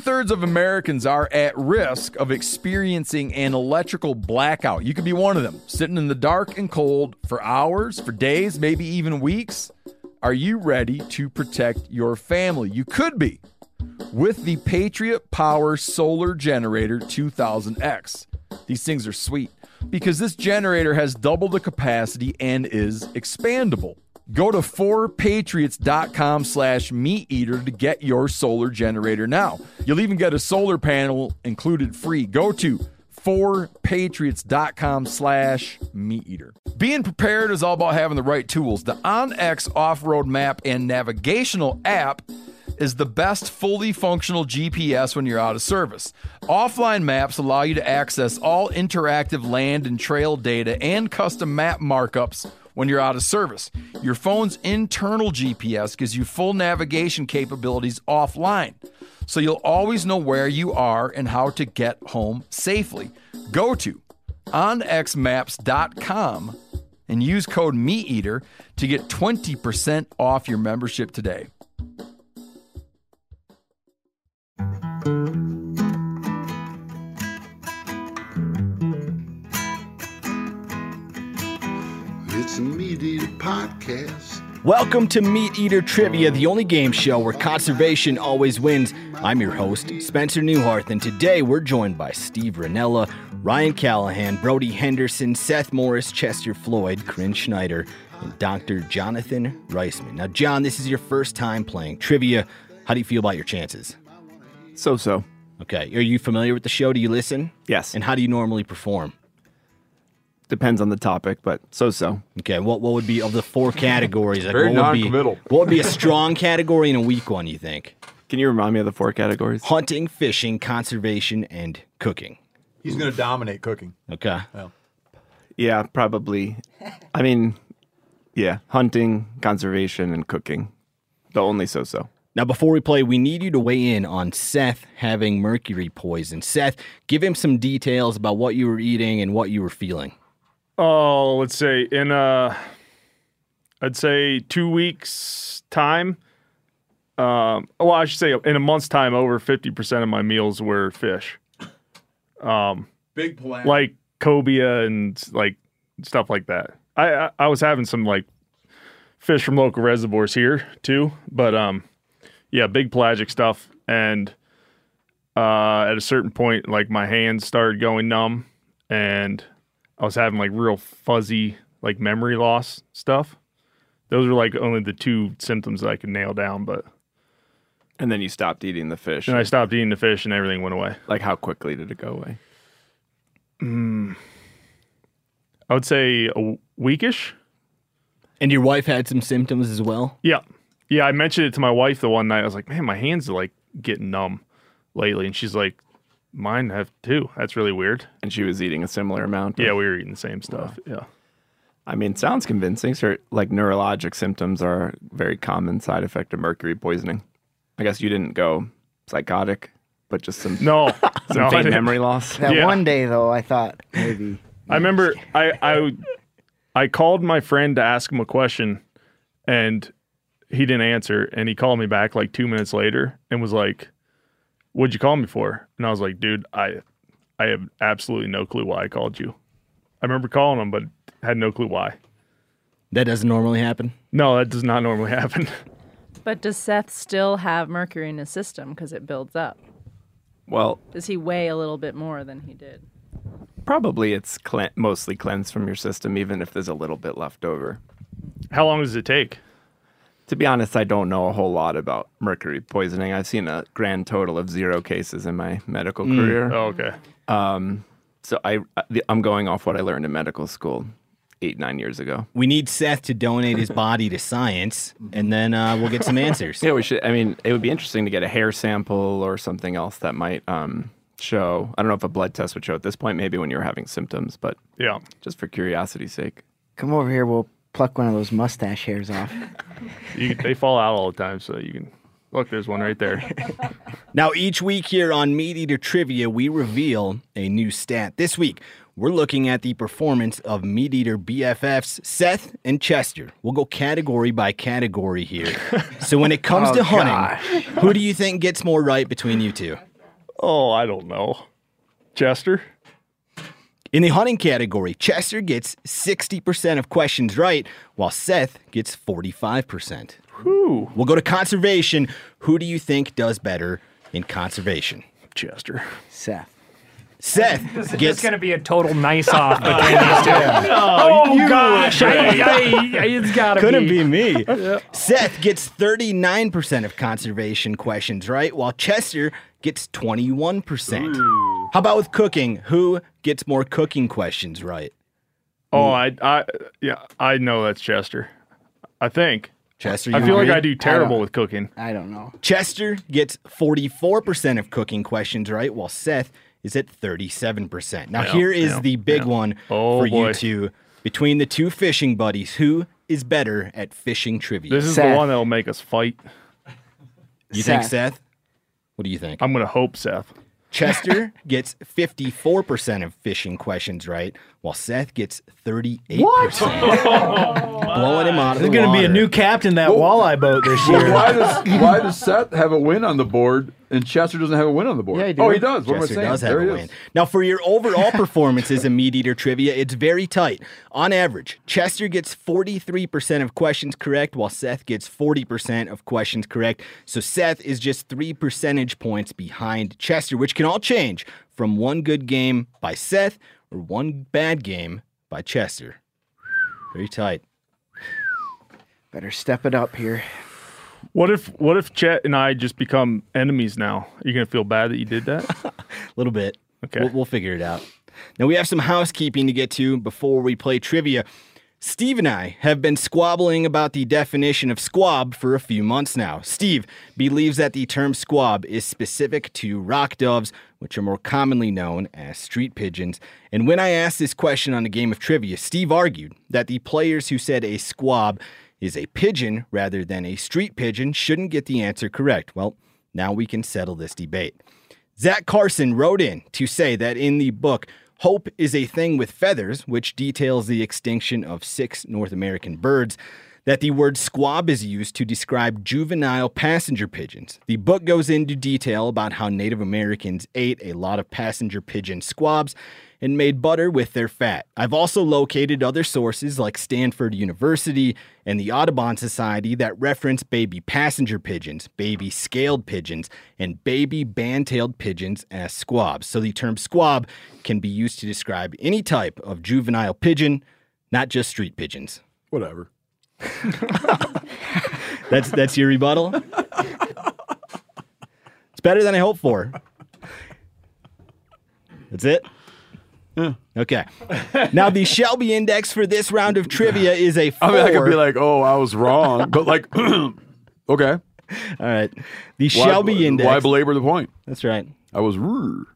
thirds of Americans are at risk of experiencing an electrical blackout. You could be one of them, sitting in the dark and cold for hours, for days, maybe even weeks. Are you ready to protect your family? You could be with the Patriot Power Solar Generator 2000X. These things are sweet because this generator has double the capacity and is expandable. Go to 4patriots.com slash meat eater to get your solar generator now. You'll even get a solar panel included free. Go to 4patriots.com slash meat eater. Being prepared is all about having the right tools. The OnX off-road map and navigational app is the best fully functional GPS when you're out of service. Offline maps allow you to access all interactive land and trail data and custom map markups when you're out of service. Your phone's internal GPS gives you full navigation capabilities offline, so you'll always know where you are and how to get home safely. Go to onxmaps.com and use code MeatEater to get 20% off your membership today. It's a meat eater podcast. Welcome to Meat Eater Trivia, the only game show where conservation always wins. I'm your host, Spencer Newhart, and today we're joined by Steve Ranella, Ryan Callahan, Brody Henderson, Seth Morris, Chester Floyd, Corinne Schneider, and Dr. Jonathan Reisman. Now, John, this is your first time playing trivia. How do you feel about your chances? So so. Okay, are you familiar with the show? Do you listen? Yes. And how do you normally perform? Depends on the topic, but so so. Okay, what what would be of the four categories? Like Very what would be- noncommittal. What would be a strong category and a weak one? You think? Can you remind me of the four categories? hunting, fishing, conservation, and cooking. He's going to dominate cooking. Okay. Yeah, probably. I mean, yeah, hunting, conservation, and cooking. The only so so. Now, before we play, we need you to weigh in on Seth having mercury poison. Seth, give him some details about what you were eating and what you were feeling. oh, let's say in uh I'd say two weeks time. Um, well, I should say in a month's time, over fifty percent of my meals were fish, Big plan. like cobia and like stuff like that. I, I I was having some like fish from local reservoirs here too, but um, yeah, big pelagic stuff. And uh, at a certain point, like my hands started going numb, and I was having like real fuzzy like memory loss stuff. Those were like only the two symptoms that I could nail down, but And then you stopped eating the fish. then I stopped eating the fish and everything went away. like, how quickly did it go away? I would say a w- weekish. And your wife had some symptoms as well? Yeah. Yeah, I mentioned it to my wife the one night. I was like, man, my hands are like getting numb lately. And she's like, mine have too. That's really weird. And she was eating a similar amount. Yeah, we were eating the same stuff. Yeah. I mean, sounds convincing. Sir, like neurologic symptoms are a very common side effect of mercury poisoning. I guess you didn't go psychotic, but just some, No. some no, I faint didn't. memory loss. That Yeah. one day though, I thought maybe I remember I, I I called my friend to ask him a question and he didn't answer and he called me back like two minutes later and was like, What'd you call me for? And I was like, dude, I I have absolutely no clue why I called you. I remember calling him but had no clue why. That doesn't normally happen. No, that does not normally happen. But does Seth still have mercury in his system because it builds up? Well, Does he weigh a little bit more than he did? Probably it's cle- mostly cleansed from your system, even if there's a little bit left over. How long does it take? To be honest, I don't know a whole lot about mercury poisoning. I've seen a grand total of zero cases in my medical career. uh, Oh, okay. So I, I- the- I'm going off what I learned in medical school. eight, nine years ago. We need Seth to donate his body to science, and then uh, we'll get some answers. Yeah, we should. I mean, it would be interesting to get a hair sample or something else that might um, show. I don't know if a blood test would show at this point, maybe when you were having symptoms, but Yeah. just for curiosity's sake. Come over here. We'll pluck one of those mustache hairs off. You, they fall out all the time, so you can look. There's one right there. Now, each week here on Meat Eater Trivia, we reveal a new stat. This week, we're looking at the performance of Meat Eater BFFs Seth and Chester. We'll go category by category here. So, when it comes to hunting, who do you think gets more right between you two? Oh, I don't know. Chester. In the hunting category, Chester gets 60% of questions right, while Seth gets 45%. Whew. We'll go to conservation. Who do you think does better in conservation? Chester. Seth. Seth It's gets just going to be a total nice off between these two. oh, gosh. I, I- it's got to be. Couldn't be me. Seth gets 39% of conservation questions right, while Chester gets 21%. How about with cooking? Who gets more cooking questions right? Oh, I, I, yeah, I know that's Chester. I think. Chester, you I feel like agree? I do terrible with cooking. I don't know. Chester gets 44% of cooking questions right, while Seth is at 37%. Now, here is the big one Oh, for boy. you two. Between the two fishing buddies, who is better at fishing trivia? This is the Seth. one that'll make us fight. you think Seth? What do you think? I'm gonna hope Seth. Chester gets 54% of fishing questions right, while Seth gets 38%. Blowing him out of There's the going to be a water. new captain that walleye boat this Well, year. why does why does Seth have a win on the board and Chester doesn't have a win on the board? Yeah, he oh, did. he does. What am I Chester saying? does have there a he win. is. Now, for your overall performances in Meat Eater Trivia, it's very tight. On average, Chester gets 43% of questions correct, while Seth gets 40% of questions correct. So Seth is just three percentage points behind Chester, which can all change from one good game by Seth or one bad game by Chester. Very tight. Better step it up here. What if what if Chet and I just become enemies now? Are you gonna feel bad that you did that? A little bit. Okay. We'll, we'll figure it out. Now, we have some housekeeping to get to before we play trivia. Steve and I have been squabbling about the definition of squab for a few months now. Steve believes that the term squab is specific to rock doves, which are more commonly known as street pigeons. And when I asked this question on a game of trivia, Steve argued that the players who said a squab is a pigeon rather than a street pigeon shouldn't get the answer correct. Well, now we can settle this debate. Zach Carson wrote in to say that in the book, Hope is a Thing with Feathers, which details the extinction of six North American birds, that the word squab is used to describe juvenile passenger pigeons. The book goes into detail about how Native Americans ate a lot of passenger pigeon squabs and made butter with their fat. I've also located other sources like Stanford University and the Audubon Society that reference baby passenger pigeons, baby scaled pigeons, and baby band-tailed pigeons as squabs. So the term squab can be used to describe any type of juvenile pigeon, not just street pigeons. Whatever. That's that's your rebuttal. It's better than I hoped for. That's it. Okay. Now the Shelby index for this round of trivia is a four. I mean, I could be like, oh, I was wrong, but like, okay. All right. The Why- Shelby index. Why belabor the point? that's right. I was. rude.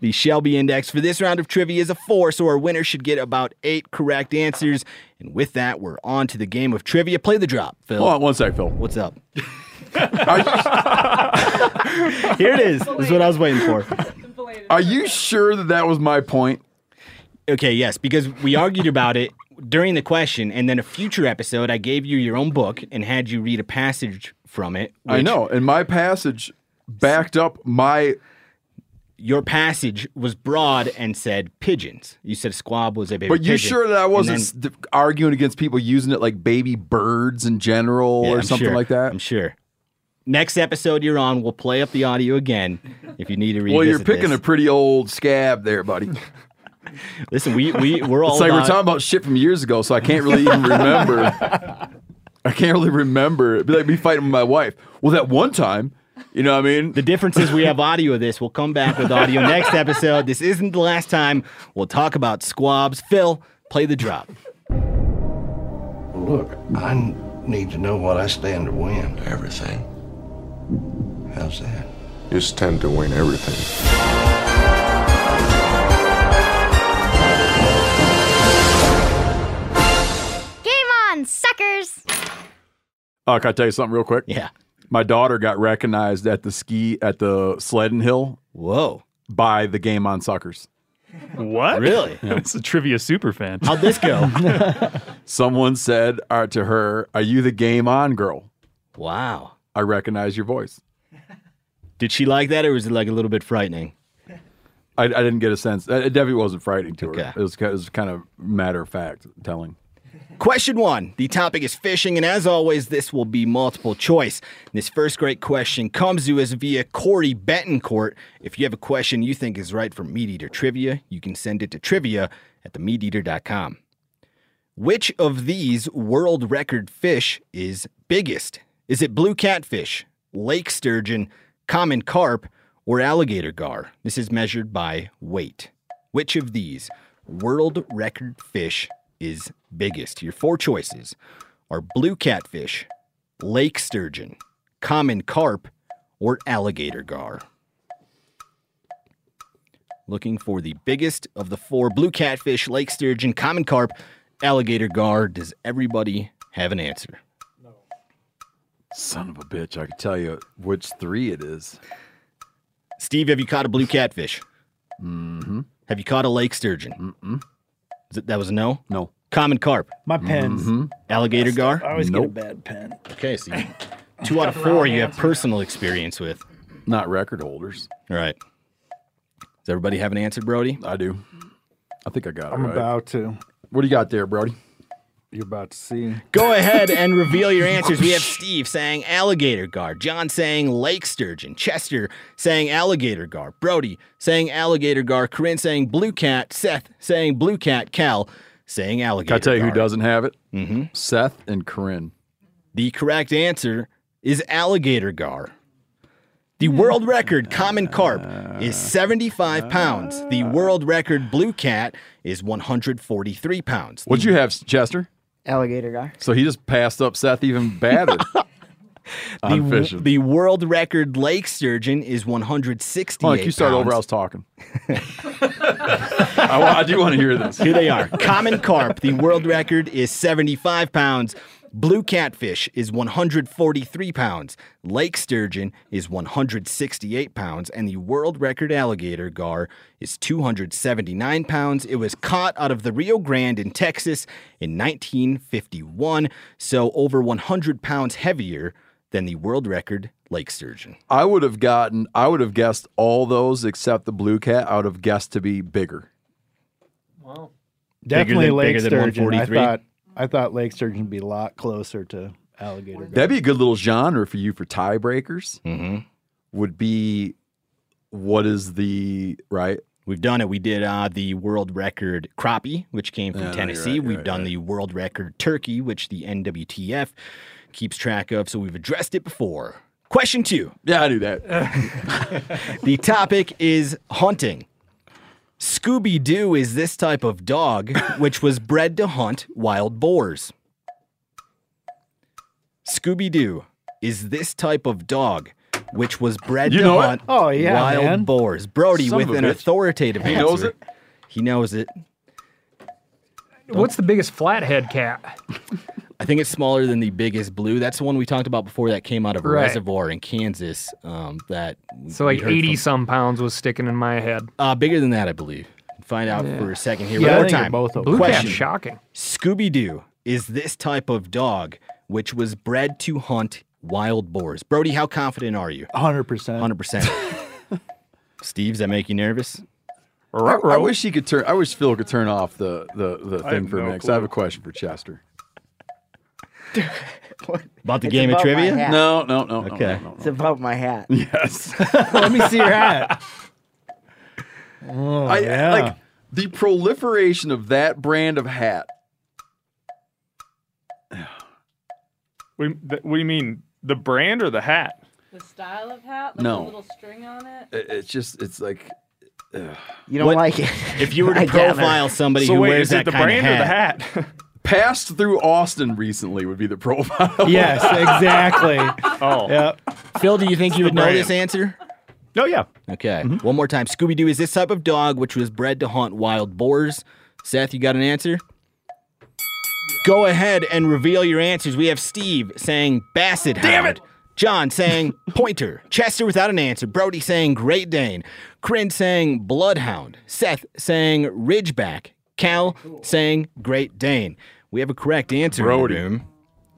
The Shelby index for this round of trivia is a four, so our winner should get about eight correct answers. And with that, we're on to the game of trivia. Play the drop, Phil. Hold on one sec, Phil. What's up? Here it is. This is what I was waiting for. Are you sure that that was my point? Okay, yes, because we argued about it during the question, and then a future episode, I gave you your own book and had you read a passage from it. I which know, and my passage backed up my. Your passage was broad and said pigeons. You said squab was a baby. But you pigeon, sure that I and wasn't then- st- arguing against people using it like baby birds in general Yeah, or I'm something sure. like that? I'm sure. Next episode you're on, we'll play up the audio again if you need to read. well, you're picking a pretty old scab there, buddy. It's Listen, we we we're all like we're about- talking about shit from years ago, so I can't really even remember. I can't really remember. It'd be like me fighting with my wife. Well, that one time, You know what I mean? The difference is we have audio of this. We'll come back with audio next episode. This isn't the last time. We'll talk about squabs. Phil, play the drop. Look, I n- need to know what I stand to win. Everything. How's that? You stand to win everything. Game on, suckers! Oh, can I tell you something real quick? Yeah. My daughter got recognized at the ski at the sledding hill. Whoa. By the game on suckers. What? Really? That's a trivia super fan. How'd this go? Someone said uh, to her, Are you the game on girl? wow. I recognize your voice. Did she like that or was it like a little bit frightening? I, I didn't get a sense. Uh, Debbie wasn't frightening to Okay. her. It was, ki- it was kind of matter of fact telling. Question one. The topic is fishing, and as always, this will be multiple choice. This first great question comes to us via Corey Betancourt. If you have a question you think is right for Meat Eater Trivia, you can send it to trivia at themeateater.com. Which of these world record fish is biggest? Is it blue catfish, lake sturgeon, common carp, or alligator gar? This is measured by weight. Which of these world record fish is biggest? Your four choices are blue catfish, lake sturgeon, common carp, or alligator gar. Looking for the biggest of the four blue catfish, lake sturgeon, common carp, alligator gar. Does everybody have an answer? Son of a bitch. I could tell you which three it is. Steve, have you caught a blue catfish? Have you caught a lake sturgeon? Mm-hmm. Mm-mm. that was a no? No. Common carp, My pens. Mm-hmm. alligator gar? I always Nope. get a bad pen. Okay, so you- two out of four you have personal experience with. Not record holders. All right. Does everybody have an answer, Brody? I do. I think I got it. I'm right. about to. What do you got there, Brody? You're about to see. Go ahead and reveal your answers. We have Oh, Steve saying alligator gar, John saying lake sturgeon, Chester saying alligator gar, Brody saying alligator gar, Corinne saying blue cat, Seth saying blue cat, Cal saying alligator. Can I tell you who gar. doesn't have it? Mm-hmm. Seth and Corinne. The correct answer is alligator gar. The world record common carp is 75 pounds. The world record blue cat is 143 pounds. What'd you have, Chester? Alligator guy. So he just passed up Seth even badder. I'm the, fishing. the world record lake sturgeon is 168 Mike, you start pounds. over. I was talking. I, wa- I do want to hear this. Here they are. Common carp, the world record is 75 pounds. Blue catfish is 143 pounds. Lake sturgeon is 168 pounds. And the world record alligator gar is 279 pounds. It was caught out of the Rio Grande in Texas in 1951. So over 100 pounds heavier than the world record lake sturgeon. I would have gotten. I would have guessed all those except the blue cat. I would have guessed to be bigger. Definitely than- lake bigger than sturgeon. I 143? thought I thought lake sturgeon would be a lot closer to alligator. That'd be a good little genre for you for tiebreakers. Mm-hmm. Would be what is the right? We've done it. We did uh, the world record crappie, which came from Yeah, no, you're Tennessee. right, you're we've right, done right. the world record turkey, which the NWTF keeps track of. So we've addressed it before. Question two. Yeah, I knew that. The topic is hunting. Scooby Doo is this type of dog which was bred to hunt wild boars. Scooby Doo is this type of dog which was bred You to know it? hunt Oh, yeah, wild man. boars. Brody Son of with a an bitch. authoritative He answer. knows it? He knows it. What's the biggest flathead cat? I think it's smaller than the biggest blue. That's the one we talked about before that came out of a Right. reservoir in Kansas. Um, that So like we heard 80 from- some pounds was sticking in my head. uh, bigger than that, I believe. Find out for a second here. Yeah, I One more think they're time. both over. Blue cat's Question. shocking. Scooby Doo is this type of dog which was bred to hunt wild boars. Brody, how confident are you? 100%. 100%. Steve, does that make you nervous? I, I wish he could turn. I wish Phil could turn off the the, the I thing have for no me because I have a question for Chester. About the It's game of about my trivia? hat. No, no, no, no, Okay. no, no, no. It's about my hat. Yes. Let me see your hat. Oh, I, yeah. Like the proliferation of that brand of hat. What do you- th- what do you mean? The brand or the hat? The style of hat, like No. the little string on it. It- It's just, it's like. ugh. You don't like it. If you were I to gather. profile somebody who wears that kind of hat, hat? Passed through Austin recently would be the profile. Yes, exactly. oh, yep. Phil, do you think you would know brand. this answer? Oh yeah. Okay. Mm-hmm. One more time. Scooby Doo is this type of dog which was bred to hunt wild boars. Seth, you got an answer? Go ahead and reveal your answers. We have Steve saying Basset Hound. Damn it! John saying Pointer. Chester without an answer. Brody saying Great Dane. Kryn saying Bloodhound. Seth saying Ridgeback. Cal saying Great Dane. We have a correct answer. Brody.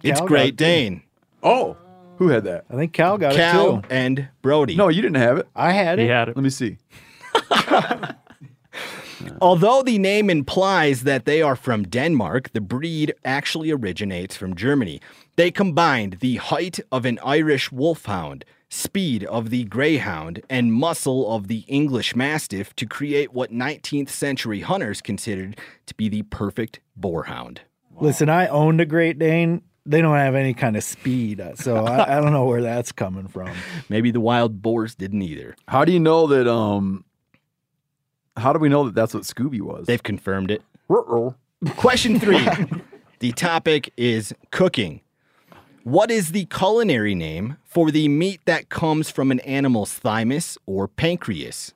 It's Cal got Great it, too. Dane. Oh, who had that? I think Cal got Cal it too. and Brody. No, you didn't have it. I had it. Let me see. Although the name implies that they are from Denmark, the breed actually originates from Germany. They combined the height of an Irish wolfhound, speed of the greyhound, and muscle of the English mastiff to create what 19th century hunters considered to be the perfect boarhound. Listen, I owned a Great Dane. They don't have any kind of speed, uh, so I, I don't know where that's coming from. Maybe the wild boars didn't either. How do you know that? Um, how do we know that that's what Scooby was? They've confirmed it. Ruh-roh. Question three. the topic is cooking. What is the culinary name for the meat that comes from an animal's thymus or pancreas?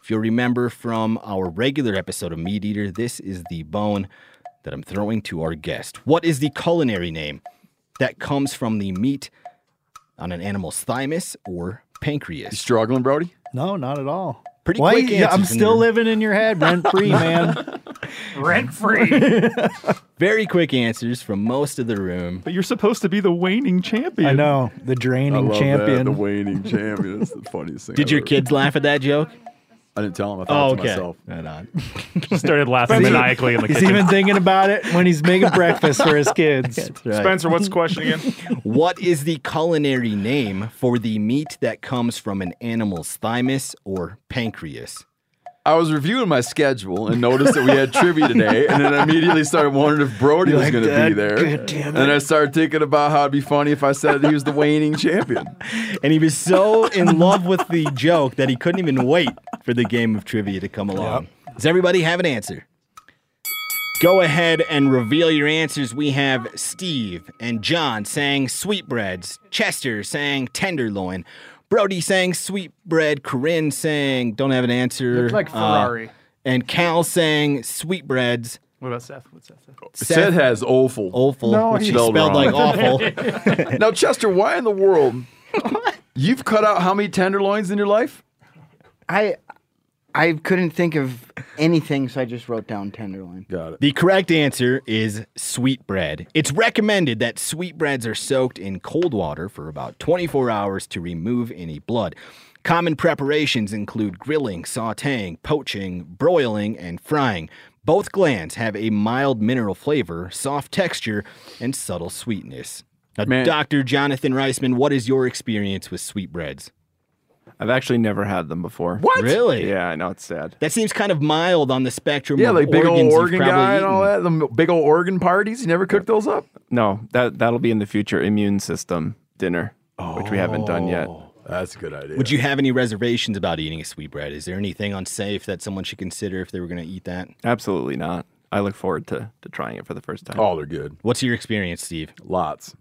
If you'll remember from our regular episode of Meat Eater, this is the bone that I'm throwing to our guest. What is the culinary name that comes from the meat on an animal's thymus or pancreas? struggling, Brody? No, not at all. Pretty Why quick you- I'm answers in still there. living in your head, rent free, man. Rent free. Very quick answers from most of the room. But you're supposed to be the waning champion. I know the draining champion. the waning champion. That's the funniest thing. Did I've your ever- kids laugh at that joke? I didn't tell him. I thought Oh, to okay. myself. Right on. Started laughing He's even- maniacally in the He's kitchen. even thinking about it when he's making breakfast for his kids. Right. Spencer, what's the question again? What is the culinary name for the meat that comes from an animal's thymus or pancreas? I was reviewing my schedule and noticed that we had trivia today, and then I immediately started wondering if Brody You're was like, going to be "God there. damn And I started thinking about how it'd be funny if I said that he was the waning champion. And he was so in love with the joke that he couldn't even wait for the game of trivia to come along. Does everybody have an answer? Go ahead and reveal your answers. We have Steve and John saying sweetbreads, Chester saying tenderloin, Brody saying sweetbread, Corinne saying don't have an answer. Looked like uh, Ferrari. and Cal saying sweetbreads. What about Seth? What's Seth? Seth, has awful. Awful, No, which he- is spelled spelled like awful. Now, Chester, why in the world? You've cut out how many tenderloins in your life? I I couldn't think of anything, so I just wrote down tenderloin. Got it. The correct answer is sweetbread. It's recommended that sweetbreads are soaked in cold water for about 24 hours to remove any blood. Common preparations include grilling, sauteing, poaching, broiling, and frying. Both glands have a mild mineral flavor, soft texture, and subtle sweetness. Now, Man. Dr. Jonathan Reisman, what is your experience with sweetbreads? I've actually never had them before. What? Really? Yeah, I know it's sad. That seems kind of mild on the spectrum. Yeah, of like big old organs you've Oregon probably guy and all eaten. that. The big old Oregon parties. You never cooked those up? No, that that'll be in the future immune system dinner, which we haven't done yet. Oh. That's a good idea. Would you have any reservations about eating a sweetbread? Is there anything unsafe that someone should consider if they were going to eat that? Absolutely not. I look forward to to trying it for the first time. Oh, they're good. What's your experience, Steve? Lots.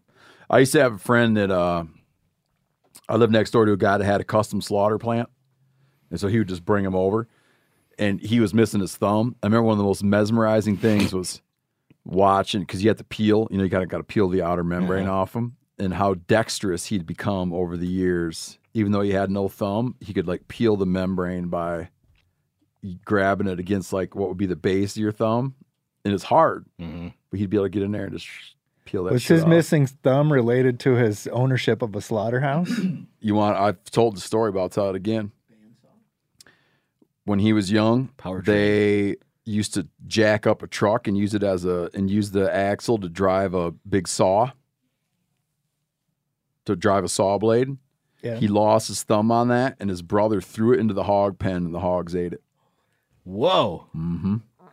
I used to have a friend that uh, I lived next door to a guy that had a custom slaughter plant. And so he would just bring him over. And he was missing his thumb. I remember one of the most mesmerizing things was watching because you have to peel, you know, you kind of got to peel the outer membrane off him and how dexterous he'd become over the years. Even though he had no thumb, he could like peel the membrane by grabbing it against like what would be the base of your thumb. And it's hard, but he'd be able to get in there and just sh- peel that Was shit his off. missing thumb related to his ownership of a slaughterhouse? You want? I've told the story, but I'll tell it again. When he was young, Power trip. they used to jack up a truck and use it as a and use the axle to drive a big saw to drive a saw blade. Yeah. He lost his thumb on that, and his brother threw it into the hog pen, and the hogs ate it. Whoa.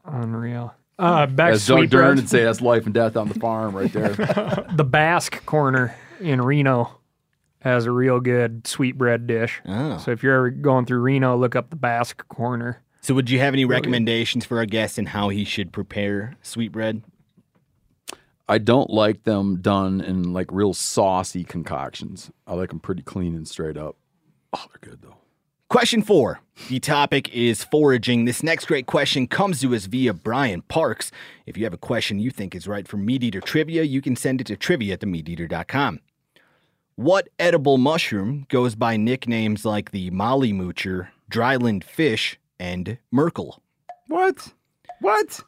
Unreal. Uh, back As Doug sweet Dern bread, would say, that's life and death on the farm right there. the Basque corner in Reno. has a real good sweetbread dish. So if you're ever going through Reno, look up the Basque Corner. So would you have any recommendations for our guest and how he should prepare sweetbread? I don't like them done in like real saucy concoctions. I like them pretty clean and straight up. Oh, Question four. The topic is foraging. This next great question comes to us via Brian Parks. If you have a question you think is right for Meat Eater Trivia, you can send it to trivia at themeateater.com. What edible mushroom goes by nicknames like the molly moocher, dryland fish, and Merkel? What? What?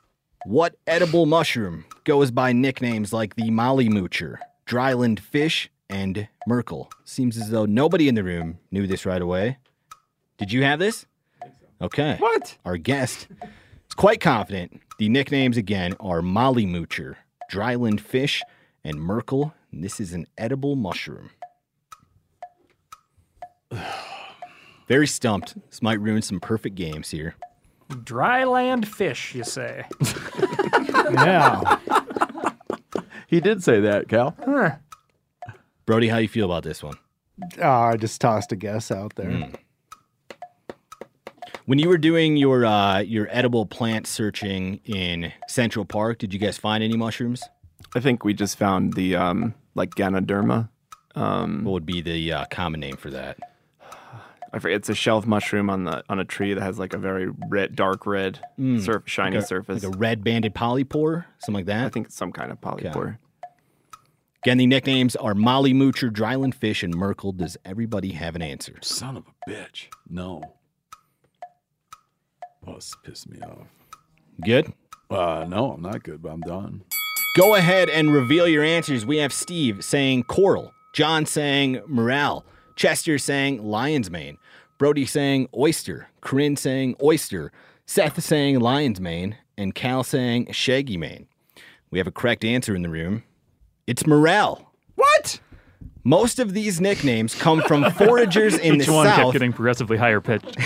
What edible mushroom goes by nicknames like the molly moocher, dryland fish, and Merkel? Seems as though nobody in the room knew this right away. Did you have this? Okay. What? Our guest is quite confident. The nicknames again are Molly Moocher, Dryland Fish, and Merkel. And This is an edible mushroom. Very stumped. This might ruin some perfect games here. Dryland fish, you say? Yeah. he did say that, Cal. Huh. Brody, how you feel about this one? Hmm. Oh, I just tossed a guess out there. When you were doing your uh, your edible plant searching in Central Park, did you guys find any mushrooms? I think we just found the um, like Ganoderma. Um, what would be the uh, common name for that? I forget. It's a shelf mushroom on the on a tree that has like a very red, dark red, Mm. surf, shiny Like a- surface. Like a red banded polypore, something like that. I think it's some kind of polypore. Again, the nicknames are Molly Moocher, Dryland Fish, and Merkel. Does everybody have an answer? Son of a bitch. No. Oh, this pissed me off. Good? Uh, no, I'm not good, but I'm done. Go ahead and reveal your answers. We have Steve saying coral, John saying morale, Chester saying lion's mane, Brody saying oyster, Corinne saying oyster, Seth saying lion's mane, and Cal saying shaggy mane. We have a correct answer in the room. It's morale. What? Most of these nicknames come from foragers in Each the one kept South. getting progressively higher pitched.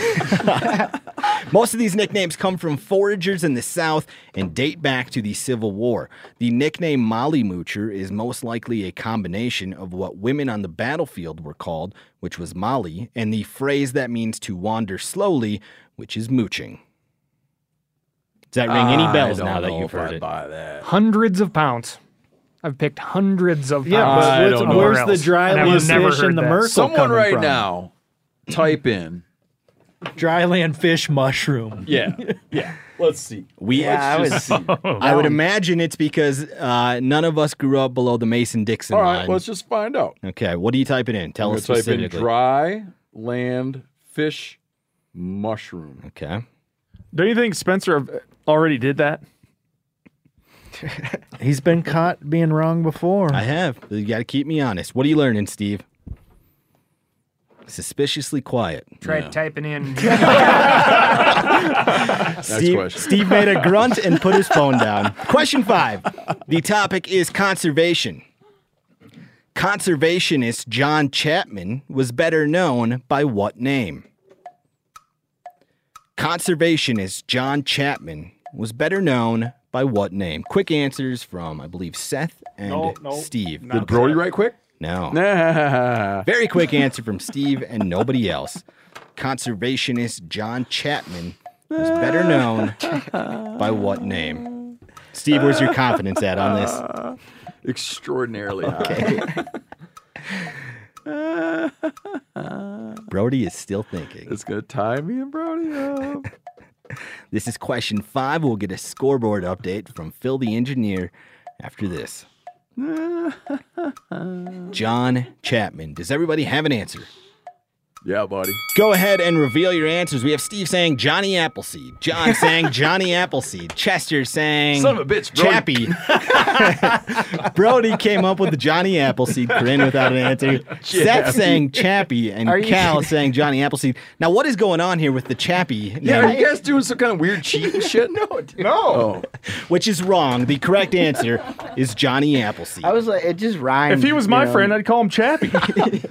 Most of these nicknames come from foragers in the South and date back to the Civil War. The nickname Molly Moocher is most likely a combination of what women on the battlefield were called, which was Molly, and the phrase that means to wander slowly, which is mooching. Does that ring Ah, any I bells don't now that know you've if heard I'd it? Buy that. Hundreds of pounds. I've picked hundreds of Yeah, pounds. but I what's- don't know. where's somewhere the else, dry and I've land never fish heard and the that. Merkel Someone coming right from? now, type in. Dryland fish mushroom. Yeah. yeah. Let's see. We Yeah, Let's I just- would- I would imagine it's because uh, none of us grew up below the Mason Dixon All line. right, let's just find out. okay, what do you type it in? Tell I'm us gonna type in specifically. dry land fish mushroom. Okay. Don't you think Spencer have- already did that? He's been caught being wrong before. I have. You got to keep me honest. What are you learning, Steve? Suspiciously quiet. Tried typing in. Steve, question. Steve made a grunt and put his phone down. Question five. The topic is conservation. Conservationist John Chapman was better known by what name? Conservationist John Chapman was better known by what name? Quick answers from, I believe, Seth and No, no, Steve. not Did Brody right Seth. quick? No. Nah. Very quick answer from Steve and nobody else. Conservationist John Chapman was better known by what name? Steve, where's your confidence at on this? Extraordinarily high. Brody is still thinking. It's going to tie me and Brody up. This is question five. We'll get a scoreboard update from Phil the engineer after this. John Chapman. Does everybody have an answer? Yeah, buddy. Go ahead and reveal your answers. We have Steve saying Johnny Appleseed, John saying Johnny Appleseed, Chester saying Son of a bitch, Brody. Chappie. Brody came up with the Johnny Appleseed, Corinne without an answer. Seth Chappie. saying Chappie and Are you- Cal saying Johnny Appleseed. Now, what is going on here with the Chappie? Yeah, name? are you guys doing some kind of weird cheating shit? Oh. No, no. Which is wrong. The correct answer is Johnny Appleseed. I was like, it just rhymed. if he was my you know? friend, I'd call him Chappie.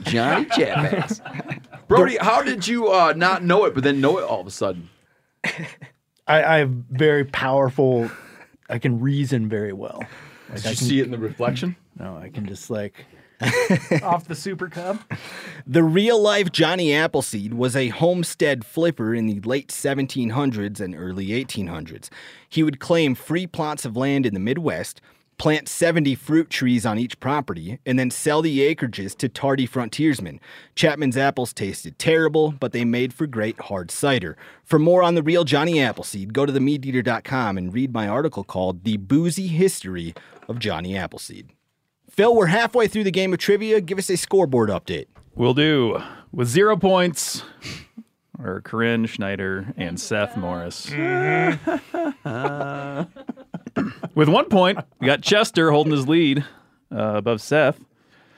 Johnny Chapman's. Brody, how did you uh, not know it, but then know it all of a sudden? I, I have very powerful. I can reason very well. Like, Did I you can- see it in the reflection? No, I can just like off the Super Cub. The real life Johnny Appleseed was a homestead flipper in the late 1700s and early 1800s. He would claim free plots of land in the Midwest, plant 70 fruit trees on each property, and then sell the acreages to tardy frontiersmen. Chapman's apples tasted terrible, but they made for great hard cider. For more on the real Johnny Appleseed, go to themeateater.com and read my article called The Boozy History of Johnny Appleseed. Phil, we're halfway through the game of trivia. Give us a scoreboard update. Will do. With zero points are Corinne Schneider and Seth Morris. With one point, we got Chester holding his lead uh, above Seth.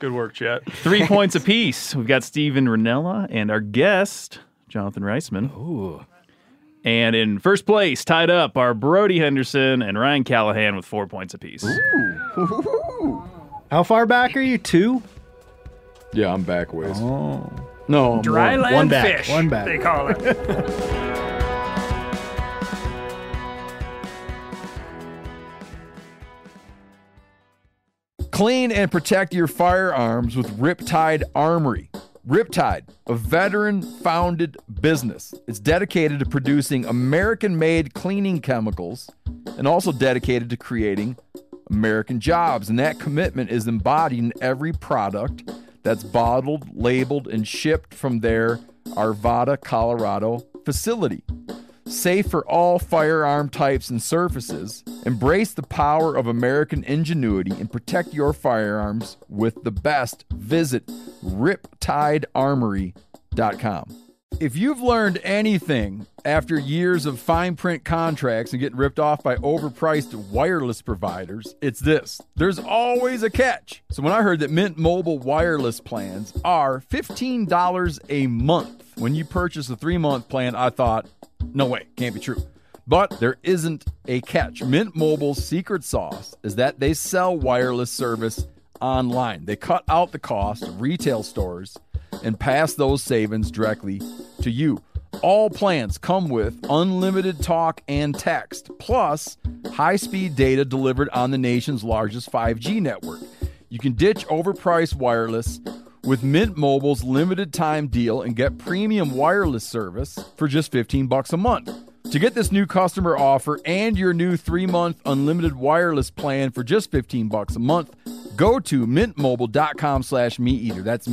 Good work, chat. Three points apiece. We've got Steven Ranella and our guest, Jonathan Reisman. Ooh. And in first place, tied up, are Brody Henderson and Ryan Callahan with four points apiece. How far back are you? Two? Yeah, I'm back ways. Oh. No, I'm Dry one, land one back. fish, One back. they call it. Clean and protect your firearms with Riptide Armory. Riptide, a veteran founded business. It's dedicated to producing American made cleaning chemicals and also dedicated to creating American jobs. And that commitment is embodied in every product that's bottled, labeled, and shipped from their Arvada, Colorado facility. Safe for all firearm types and surfaces, embrace the power of American ingenuity and protect your firearms with the best. Visit riptidearmory.com. If you've learned anything after years of fine print contracts and getting ripped off by overpriced wireless providers, it's this there's always a catch. So, when I heard that Mint Mobile wireless plans are $15 a month when you purchase a three month plan, I thought, no way, can't be true. But there isn't a catch. Mint Mobile's secret sauce is that they sell wireless service online. They cut out the cost of retail stores and pass those savings directly to you. All plans come with unlimited talk and text, plus high speed data delivered on the nation's largest 5G network. You can ditch overpriced wireless with Mint Mobile's limited time deal and get premium wireless service for just 15 bucks a month. To get this new customer offer and your new 3-month unlimited wireless plan for just 15 bucks a month, go to mintmobile.com slash meateater. That's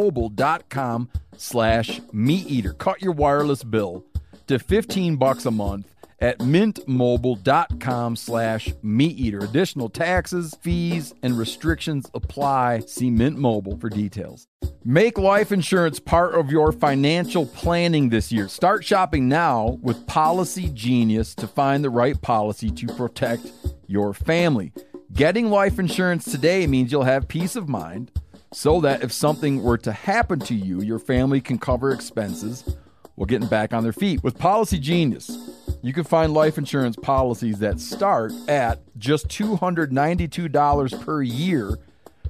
mintmobile.com slash meateater. Cut your wireless bill to 15 bucks a month at mintmobile.com slash meateater. Additional taxes, fees, and restrictions apply. See Mint Mobile for details. Make life insurance part of your financial planning this year. Start shopping now with Policy Genius to find the right policy to protect your family. Getting life insurance today means you'll have peace of mind so that if something were to happen to you, your family can cover expenses while getting back on their feet. With Policy Genius, you can find life insurance policies that start at just $292 per year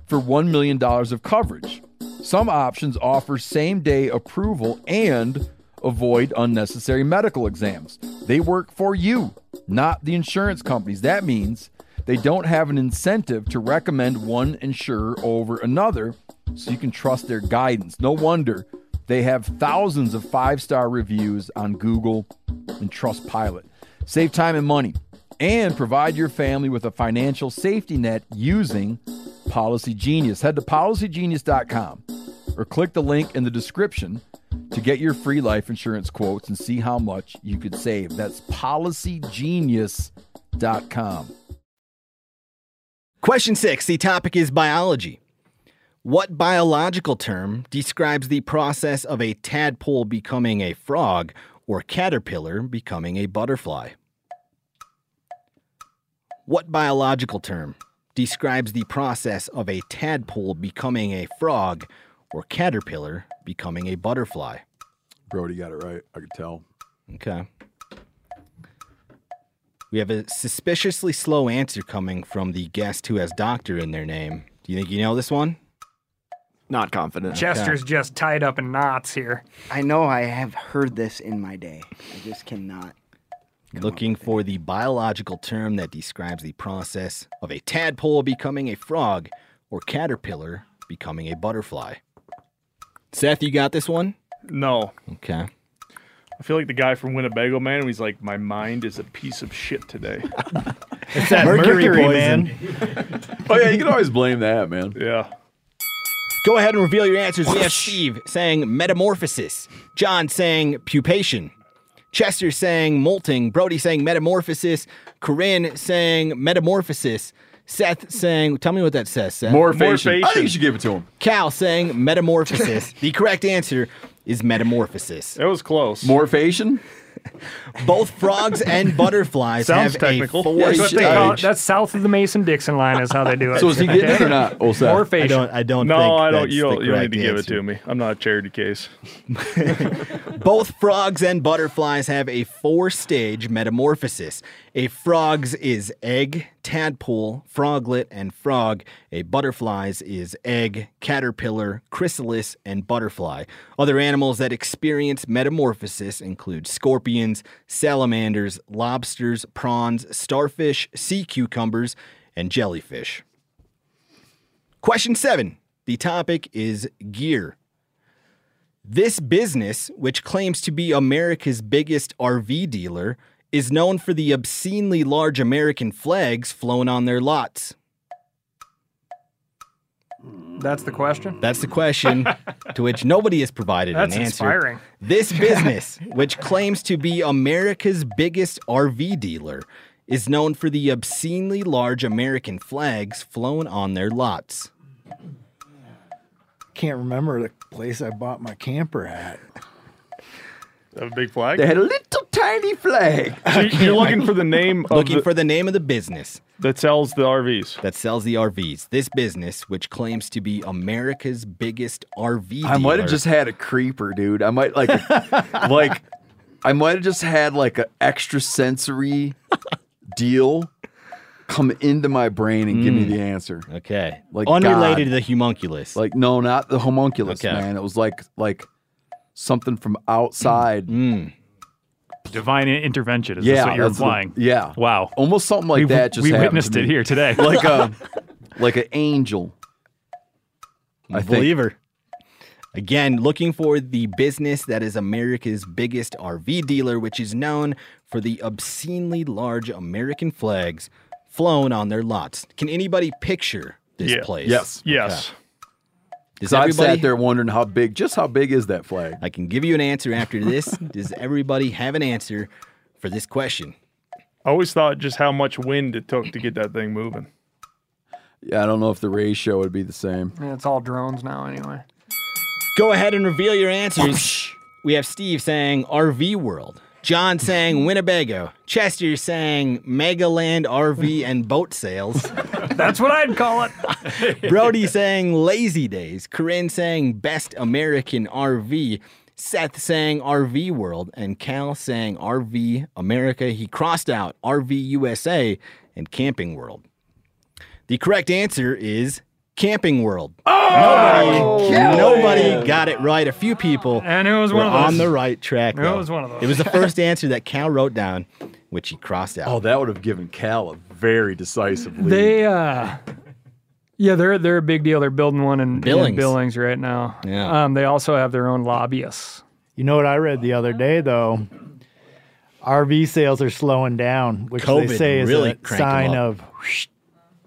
for $1 million of coverage. Some options offer same day approval and avoid unnecessary medical exams. They work for you, not the insurance companies. That means they don't have an incentive to recommend one insurer over another, so you can trust their guidance. No wonder they have thousands of five star reviews on Google and Trustpilot. Save time and money and provide your family with a financial safety net using Policy Genius. Head to policygenius.com or click the link in the description to get your free life insurance quotes and see how much you could save. That's policygenius.com. Question six the topic is biology. What biological term describes the process of a tadpole becoming a frog or caterpillar becoming a butterfly? What biological term describes the process of a tadpole becoming a frog or caterpillar becoming a butterfly? Brody got it right. I could tell. Okay. We have a suspiciously slow answer coming from the guest who has doctor in their name. Do you think you know this one? Not confident. Chester's just tied up in knots here. I know I have heard this in my day. I just cannot. Looking for the biological term that describes the process of a tadpole becoming a frog or caterpillar becoming a butterfly. Seth, you got this one? No. Okay. I feel like the guy from Winnebago Man. He's like, my mind is a piece of shit today. It's that Mercury mercury, poison. oh yeah, you can always blame that, man. Yeah. Go ahead and reveal your answers. We have Steve saying metamorphosis, John saying pupation, Chester saying molting, Brody saying metamorphosis, Corinne saying metamorphosis, Seth saying, tell me what that says, Seth. Morphation. I think you should give it to him. Cal saying metamorphosis. the correct answer is metamorphosis. It was close. Morphation? Both frogs and butterflies Sounds have technical. a four That's what they call- stage- that's south of the Mason Dixon line, is how they do it. So is he getting it or not, old Seth? Or facial. I don't. I don't. No, think I don't. that's You the don't, you don't need correct to give it answer. to me. I'm not a charity case. Both frogs and butterflies have a four stage metamorphosis. A frog's is egg, tadpole, froglet, and frog. A butterfly's is egg, caterpillar, chrysalis, and butterfly. Other animals that experience metamorphosis include scorpions, salamanders, lobsters, prawns, starfish, sea cucumbers, and jellyfish. Question seven. The topic is gear. This business, which claims to be America's biggest RV dealer, is known for the obscenely large American flags flown on their lots. That's the question. That's the question to which nobody has provided That's an answer. inspiring. This business, which claims to be America's biggest RV dealer, is known for the obscenely large American flags flown on their lots. Can't remember the place I bought my camper at. Have a big flag. They had a little tiny flag. So you- you're looking for the name of Looking the, for the name of the business. that sells the RVs. that sells the RVs. This business, which claims to be America's biggest RV dealer, I might have just had a creeper, dude. I might like, like, I might have just had like an extra sensory deal come into my brain and give Mm. me the answer. okay, Like unrelated to God. the homunculus. Like no, not the homunculus, Okay. man. It was like like something from outside. Divine in- intervention. Is yeah, this Mm. what you're that's the- implying? yeah, Wow. almost something like we that. Just we happened to witnessed it me. here today. like a like an angel. I think. believer. Again, looking for the business that is America's biggest RV dealer, which is known for the obscenely large American flags flown on their lots. Can anybody picture this Yeah. place? Yes. Yes. Does So I've everybody- sat there wondering how big, just how big is that flag? I can give you an answer after this. Does everybody have an answer for this question? I always thought just how much wind it took to get that thing moving. Yeah, I don't know if the ratio would be the same. I mean, it's all drones now, anyway. Go ahead and reveal your answers. we have Steve saying RV World, John saying Winnebago, Chester saying Megaland RV and boat sales, That's what I'd call it. Brody saying Lazy Days, Corinne saying Best American RV, Seth saying RV World, and Cal saying RV America. He crossed out RV USA and Camping World. The correct answer is Camping World. Oh! nobody, nobody got it right. A few people And it was we're one of those. on the right track. It though. was one of those. It was the first answer that Cal wrote down, which he crossed out. Oh, that would have given Cal a very decisive lead. They uh yeah, they're they're a big deal. They're building one in in Billings. Billings right now. Yeah. Um, they also have their own lobbyists. You know what I read the other day though? RV sales are slowing down, which COVID they say is really a cranked 'em sign up. Oh, of whoosh,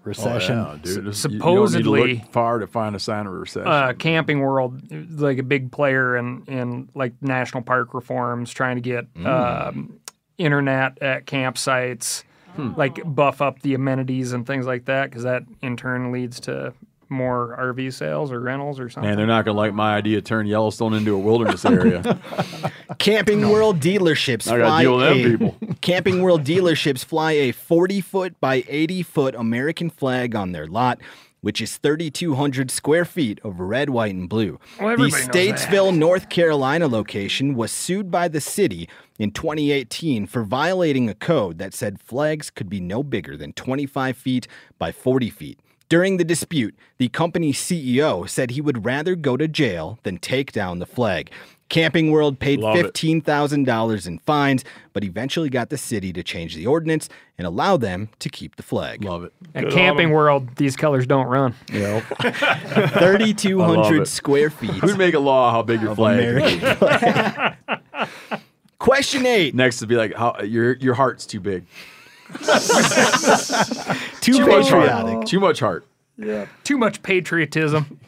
recession. Yeah, dude. it's- you- you don't need supposedly- to look far to find a sign of a recession. Uh, Camping World, like a big player in in like national park reforms, trying to get Mm. um, internet at campsites, Hmm. like buff up the amenities and things like that, because that in turn leads to more RV sales or rentals or something. Man, they're not gonna like my idea to turn Yellowstone into a wilderness area. Camping World dealerships I gotta fly deal with them a, people. Camping World dealerships fly a 40 foot by 80 foot American flag on their lot, which is 3,200 square feet of red, white, and blue. Well, the everybody knows that. Statesville, North Carolina location was sued by the city in 2018 for violating a code that said flags could be no bigger than 25 feet by 40 feet. During the E dispute, the company's CEO said he would rather go to jail than take down the flag. Camping World paid Love it. $15,000 in fines, but eventually got the city to change the ordinance and allow them to keep the flag. Love it. At Camping World, these colors don't run. Yep. I love 3,200 it. square feet. Who'd make a law how big your Of flag? American Question eight. Next would be like, how your your heart's too big. Too much patriotic. heart. Too much heart. Yeah. Too much patriotism.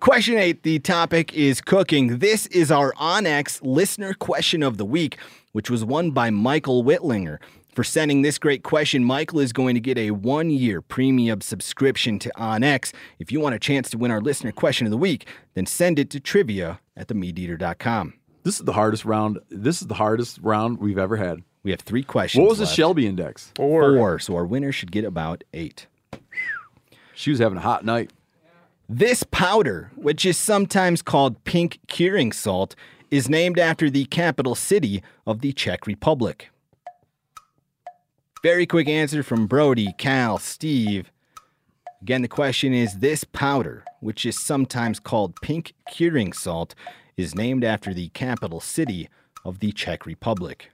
Question eight, the topic is cooking. This is our Onyx listener question of the week, which was won by Michael Whitlinger. For sending this great question, Michael is going to get a one year premium subscription to Onyx. If you want a chance to win our listener question of the week, then send it to trivia at themeateater.com. This is the hardest round. This is the hardest round we've ever had. We have three questions. What was the left. Shelby index? Four. Four. So our winner should get about eight. She was having a hot night. This powder, which is sometimes called pink curing salt, is named after the capital city of the Czech Republic. Very quick answer from Brody, Cal, Steve. Again, the question is this powder, which is sometimes called pink curing salt, is named after the capital city of the Czech Republic.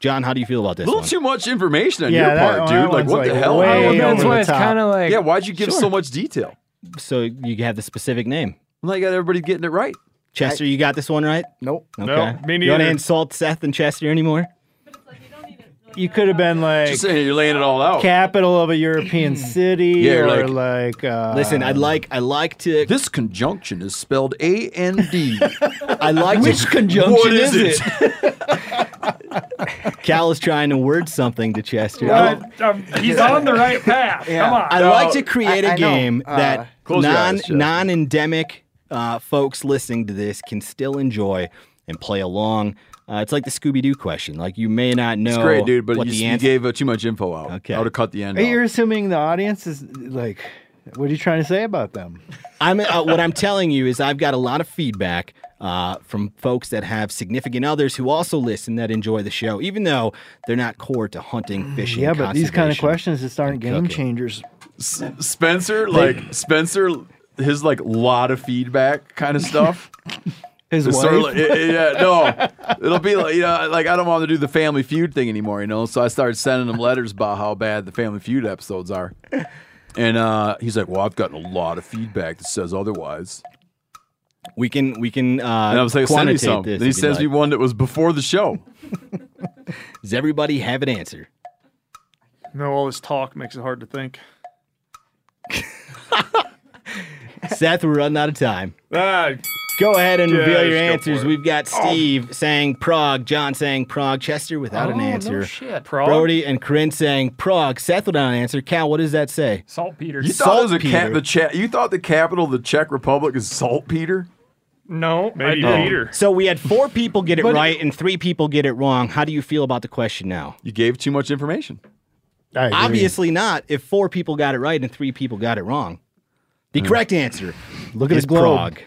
John, how do you feel about A this? little one? too much information on Yeah, your that part, one- dude. that Like, one's, what the like, hell? way Well, that's over why the it's top. kinda like- yeah. Why'd you give Sure. so much detail? So you have the specific name. Like, got everybody getting it right. Chester, you got this one right? Nope. Okay. Nope, me You want to neither. insult Seth and Chester anymore? You could have been like Just saying, you're laying it all out. capital of a European city Yeah, you're or like, uh, Listen, I'd like I like to. This conjunction is spelled A N D. I like Which to, conjunction What is is Cal is trying to word something to Chester. Um, he's on the right path. Come on. I like to create a a game Uh, that Close your non eyes, Chester. non endemic uh, folks listening to this can still enjoy and play along. Uh, it's like the Scooby Doo question. Like you may not know. It's great, dude, but Oh, what you, the you answer. gave uh, too much info out. Okay. I would have cut the end off. you're assuming the audience is like, what are you trying to say about them? I'm uh, what I'm telling you is I've got a lot of feedback uh, from folks that have significant others who also listen that enjoy the show, even though they're not core to hunting, fishing. yeah, but these kind of conservation. questions just aren't game changers. S- Spencer, like Spencer, his like lot of feedback kind of stuff. His It's sort of wife? like- yeah, yeah, no, it'll be like you know, like I don't want to do the Family Feud thing anymore, you know. So I started sending him letters about how bad the Family Feud episodes are, and uh, he's like, "Well, I've gotten a lot of feedback that says otherwise." We can we can. Uh, and I was like, "Send me quantitate some." this Then if he you'd sends me like. one that was before the show. Does everybody have an answer? No, all this talk makes it hard to think. Seth, we're running out of time. Uh, Ah, Go ahead and Yeah, reveal just your go answers. for it. We've got Steve saying Prague, John saying Prague, Chester without an Oh, no answer, shit. Prague? Brody and Corinne saying Prague, Seth without an answer. Cal, what does that say? Saltpeter. You thought it was a cat, the cha- You thought the capital of the Czech Republic is saltpeter? No, Maybe I don't. Peter. So we had four people get it But- right and three people get it wrong. How do you feel about the question now? You gave too much information. Obviously not. If four people got it right and three people got it wrong, Hmm. the correct answer Look at is the globe. Prague.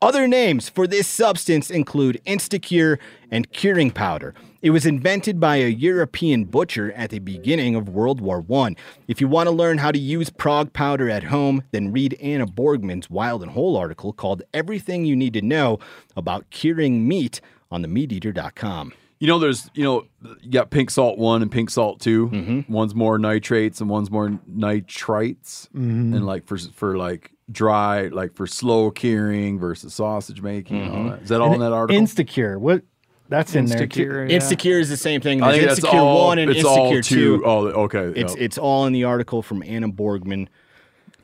Other names for this substance include Instacure and curing powder. It was invented by a European butcher at the beginning of World War I. If you want to learn how to use Prague powder at home, then read Anna Borgman's Wild and Whole article called Everything You Need to Know About Curing Meat on themeateater.com. You know, there's you know, you got pink salt one and pink salt 2 Mm-hmm. One's more nitrates and one's more nitrites, Mm-hmm. Mhm. and like for for like dry, like for slow curing versus sausage making. and Mm-hmm. all that. Is that all in that article? Instacure. What? That's in there. too. Instacure, Insecure is the same thing. I There's think that's Insecure all- one and it's all Insecure two- two. oh, okay, It's yeah. it's all in the article from Anna Borgman.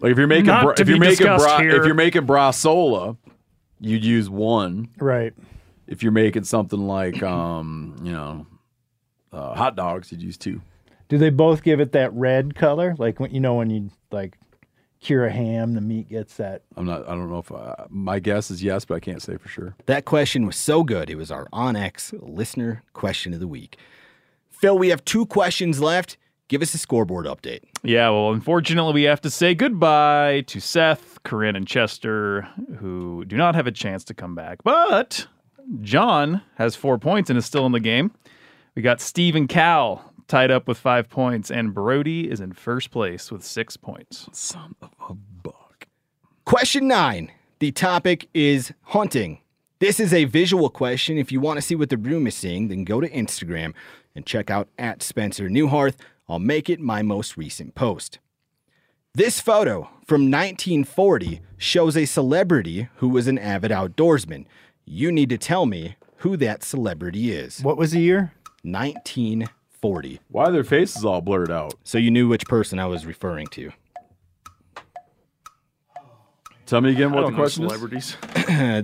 like if you're making Not bra, to if you're be making discussed bra, here. if you're making brasola, you'd use one. Right. If you're making something like um, you know, uh, hot dogs, you'd use two. Do they both give it that red color? Like when you know when you like cure a ham, the meat gets that. I'm not. I don't know if I, my guess is yes, but I can't say for sure. That question was so good. It was our Onyx listener question of the week. Phil, we have two questions left. Give us a scoreboard update. Yeah, well, unfortunately, we have to say goodbye to Seth, Corinne, and Chester, who do not have a chance to come back. But John has four points and is still in the game. We got Steve and Cal tied up with five points, and Brody is in first place with six points. Question nine. The topic is hunting. This is a visual question. If you want to see what the room is seeing, then go to Instagram and check out at Spencer Newharth. I'll make it my most recent post. This photo from 1940 shows a celebrity who was an avid outdoorsman. You need to tell me who that celebrity is. What was the year? 1940. Why are their faces all blurred out? So you knew which person I was referring to. Tell me again I what don't the know question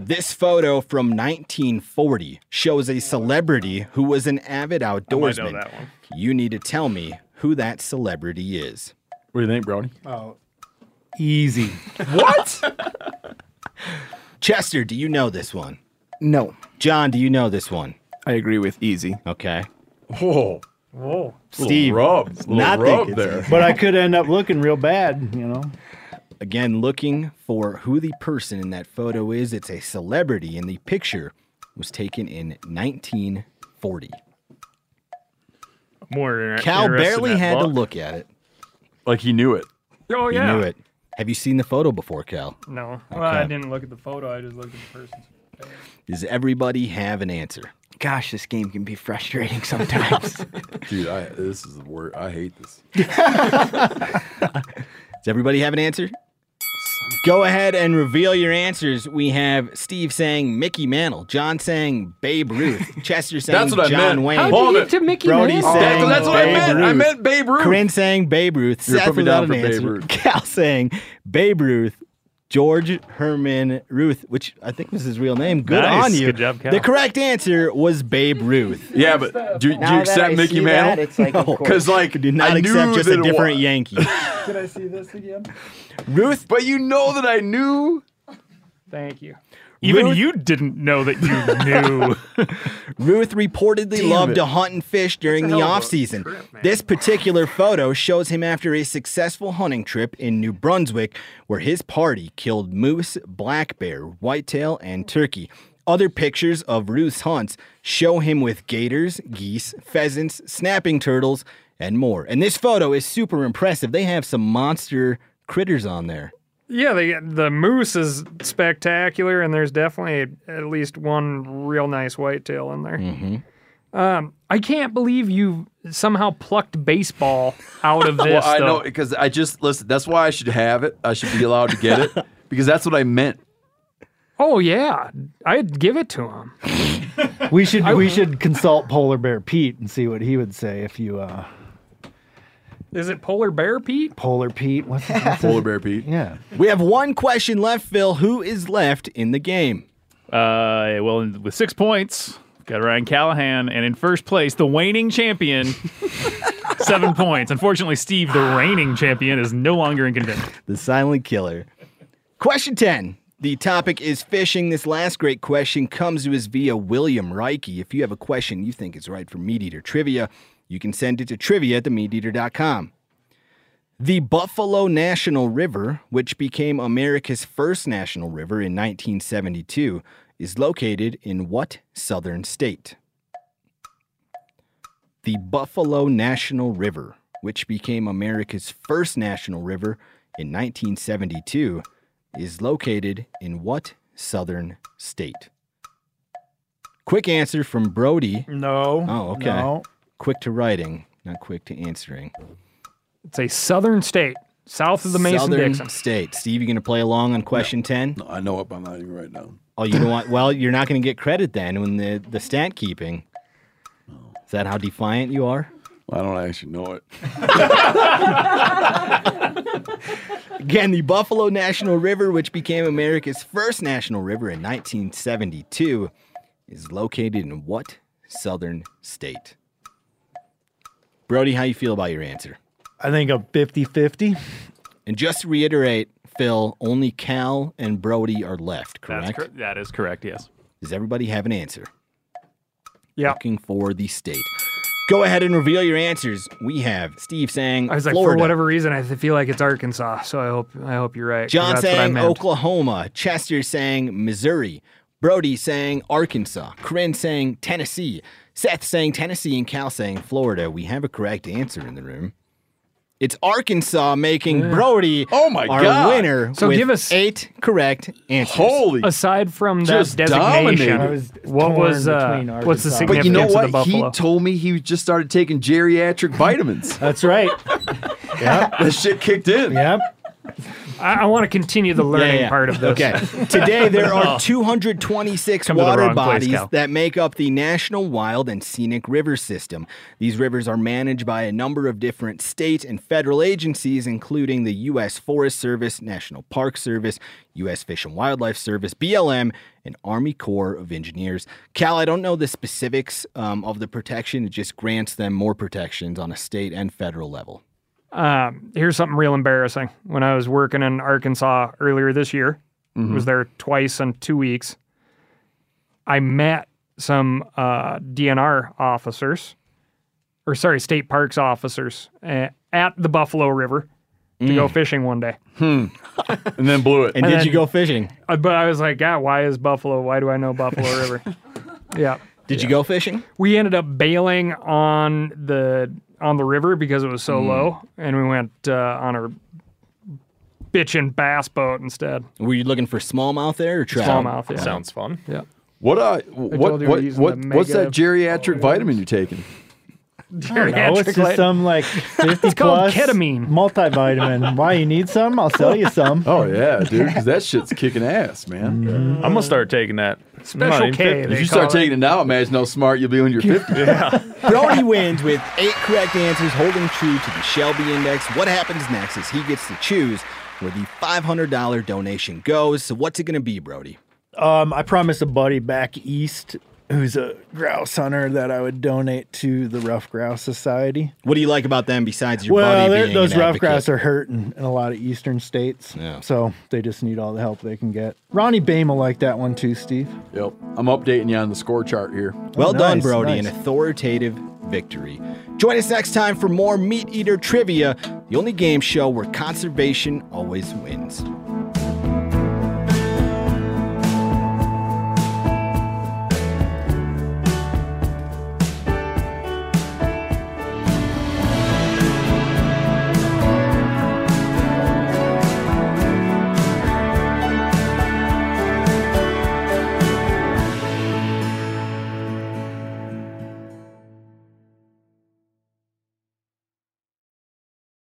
is. this photo from 1940 shows a celebrity who was an avid outdoorsman. that one. You need to tell me who that celebrity is. What do you think, Brody? Oh, easy. what? Chester, do you know this one? No. John, do you know this one? I agree with easy. Okay. Whoa. Whoa. Steve, rub. It's a little rub it's there. easy. But I could end up looking real bad, you know. Again, looking for who the person in that photo is. It's a celebrity, and the picture was taken in 1940. More inter- Cal interested in barely that had to look. look at it. Like he knew it. Oh He yeah. knew it. Have you seen the photo before, Cal? No. Well, I Okay. didn't look at the photo. I just looked at the person. Does everybody have an answer? Gosh, this game can be frustrating sometimes. Dude, I, this is the word. I hate this. Does everybody have an answer? Go ahead and reveal your answers. We have Steve saying Mickey Mantle, John saying Babe Ruth, Chester saying That's what I John meant. Wayne. How'd you Hold get it. to Mickey Brody Mantle? saying Oh, That's- that's what I Babe meant. I Ruth. meant Babe Oh. Ruth. Corinne saying Babe Ruth. You're Seth putting me down without for an Babe answer. Ruth. Cal saying Babe Ruth. George Herman Ruth, which I think was his real name. Good Nice. on you. Good job, Cal. The correct answer was Babe Ruth. Yeah, but do, do Now you that accept I Mickey see that, Mantle? it's like, of course. Because like Did not I knew accept just a that it different wa- Yankee. Did I see this again? Ruth But you know that I knew. Thank you. Even Ruth- you didn't know that you knew. Ruth reportedly loved it. to hunt and fish during That's a the hell of a off season. trip, man. This particular photo shows him after a successful hunting trip in New Brunswick, where his party killed moose, black bear, whitetail, and Hmm. turkey. Other pictures of Ruth's hunts show him with gators, geese, pheasants, snapping turtles, and more. And this photo is super impressive. They have some monster critters on there. Yeah, they, the moose is spectacular, and there's definitely at least one real nice whitetail in there. Mm-hmm. Um, I can't believe you somehow plucked baseball out of Well, this. I though. know because I just listen. That's why I should have it. I should be allowed to get it because that's what I meant. Oh yeah, I'd give it to him. We should we should consult Polar Bear Pete and see what he would say if you uh Is it polar bear, Pete? Polar Pete. What's his, what's his- Polar bear Pete. Yeah. We have one question left, Phil. Who is left in the game? Uh, well, with six points, got Ryan Callahan, and in first place, the waning champion, seven points. Unfortunately, Steve, the reigning champion, is no longer in contention. the silent killer. Question 10. The topic is fishing. This last great question comes to us via William Reike. If you have a question you think is right for Meat Eater Trivia, you can send it to trivia at themeateater.com. The Buffalo National River, which became America's first national river in 1972, is located in what southern state? the Buffalo National River, which became America's first national river in 1972, is located in what southern state? Quick answer from Brody. No. Oh, okay. No. Quick to writing, not quick to answering. It's a southern state, south of the Mason southern Dixon. state. Steve, you going to play along on question 10? No, I know it, but I'm not even right now. Oh, you don't want, well, you're not going to get credit then when the, the stat keeping. Is that how defiant you are? I don't actually know it. Again, the Buffalo National River, which became America's first national river in 1972, is located in what southern state? Brody, how you feel about your answer? I think a 50-50. And just to reiterate, Phil, only Cal and Brody are left, That's correct? cor- that is correct, yes. Does everybody have an answer? Yeah. Looking for the state. Go ahead and reveal your answers. We have Steve saying I was like, Florida. for whatever reason, I feel like it's Arkansas. So I hope I hope you're right. 'cause John that's what I saying meant. Oklahoma, Chester saying Missouri, Brody saying Arkansas, Corinne saying Tennessee, Seth saying Tennessee, and Cal saying Florida. We have a correct answer in the room. It's Arkansas making Brody oh my our God. winner. So with give us- eight correct answers. Aside from that Just designation, dominated. I was what torn was uh, between what's the Arkansas. significance But you know of what? the buffalo? He told me he just started taking geriatric vitamins. That's right. yep. That shit kicked in. Yep. I, I want to continue the learning yeah. part of this. Okay. Today there are 226 Oh. Come to the water wrong place, bodies Cal. that make up the National Wild and Scenic River System. These rivers are managed by a number of different state and federal agencies, including the U.S. Forest Service, National Park Service, U.S. Fish and Wildlife Service, BLM, and Army Corps of Engineers. Cal, I don't know the specifics um, of the protection. It just grants them more protections on a state and federal level. Um, here's something real embarrassing. When I was working in Arkansas earlier this year, Mhm. was there twice in two weeks. I met some uh, DNR officers, or sorry, state parks officers uh, at the Buffalo River to go Mm. fishing one day. Hmm. and then blew it. And, did you then- go fishing? Uh, but I was like, yeah, why is Buffalo? Why do I know Buffalo River? yeah. Did you go fishing? We ended up bailing on the on the river because it was so low, and we went uh, on our bitchin' bass boat instead. Were you looking for smallmouth there or trout? Smallmouth, yeah. Sounds fun. Yeah. What uh, told what you we're what, using what the what's that mega- geriatric vitamin you're taking? I don't know, Geriatric it's light. just some like 50 It's called plus ketamine. multivitamin. Why you need some? I'll sell you some. Oh yeah, dude, because that shit's kicking ass, man. I'm gonna start taking that. I'm Special not even K, fifty. they If you start taking it now, imagine how smart you'll be when you're 50. Brody wins with eight correct answers, holding true to the Shelby Index. What happens next is he gets to choose where the $500 donation goes. So, what's it going to be, Brody? Um, I promised a buddy back east who's a grouse hunter that I would donate to the Rough Grouse Society. What do you like about them besides your Well, buddy they're- being those an rough advocate? grass are hurting in a lot of eastern states, so they just need all the help they can get. Ronnie Bain will like that one too, Steve. Yep. I'm updating you on the score chart here. Well done, Nice, Brody. nice. An authoritative victory. Join us next time for more Meat Eater Trivia, the only game show where conservation always wins.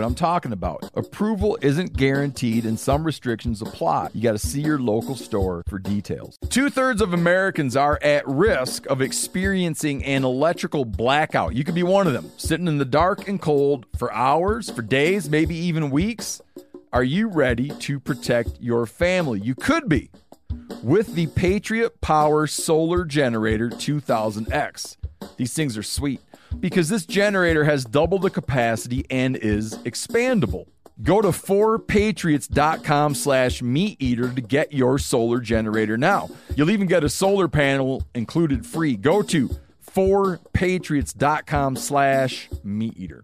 I'm talking about. Approval isn't guaranteed and some restrictions apply. You got to see your local store for details. Two thirds of Americans are at risk of experiencing an electrical blackout. You could be one of them, sitting in the dark and cold for hours, for days, maybe even weeks. Are you ready to protect your family? You could be with the Patriot Power Solar Generator 2000X. These things are sweet because this generator has double the capacity and is expandable. Go to 4patriots.com slash meat eater to get your solar generator now. You'll even get a solar panel included free. Go to 4patriots.com slash meat eater.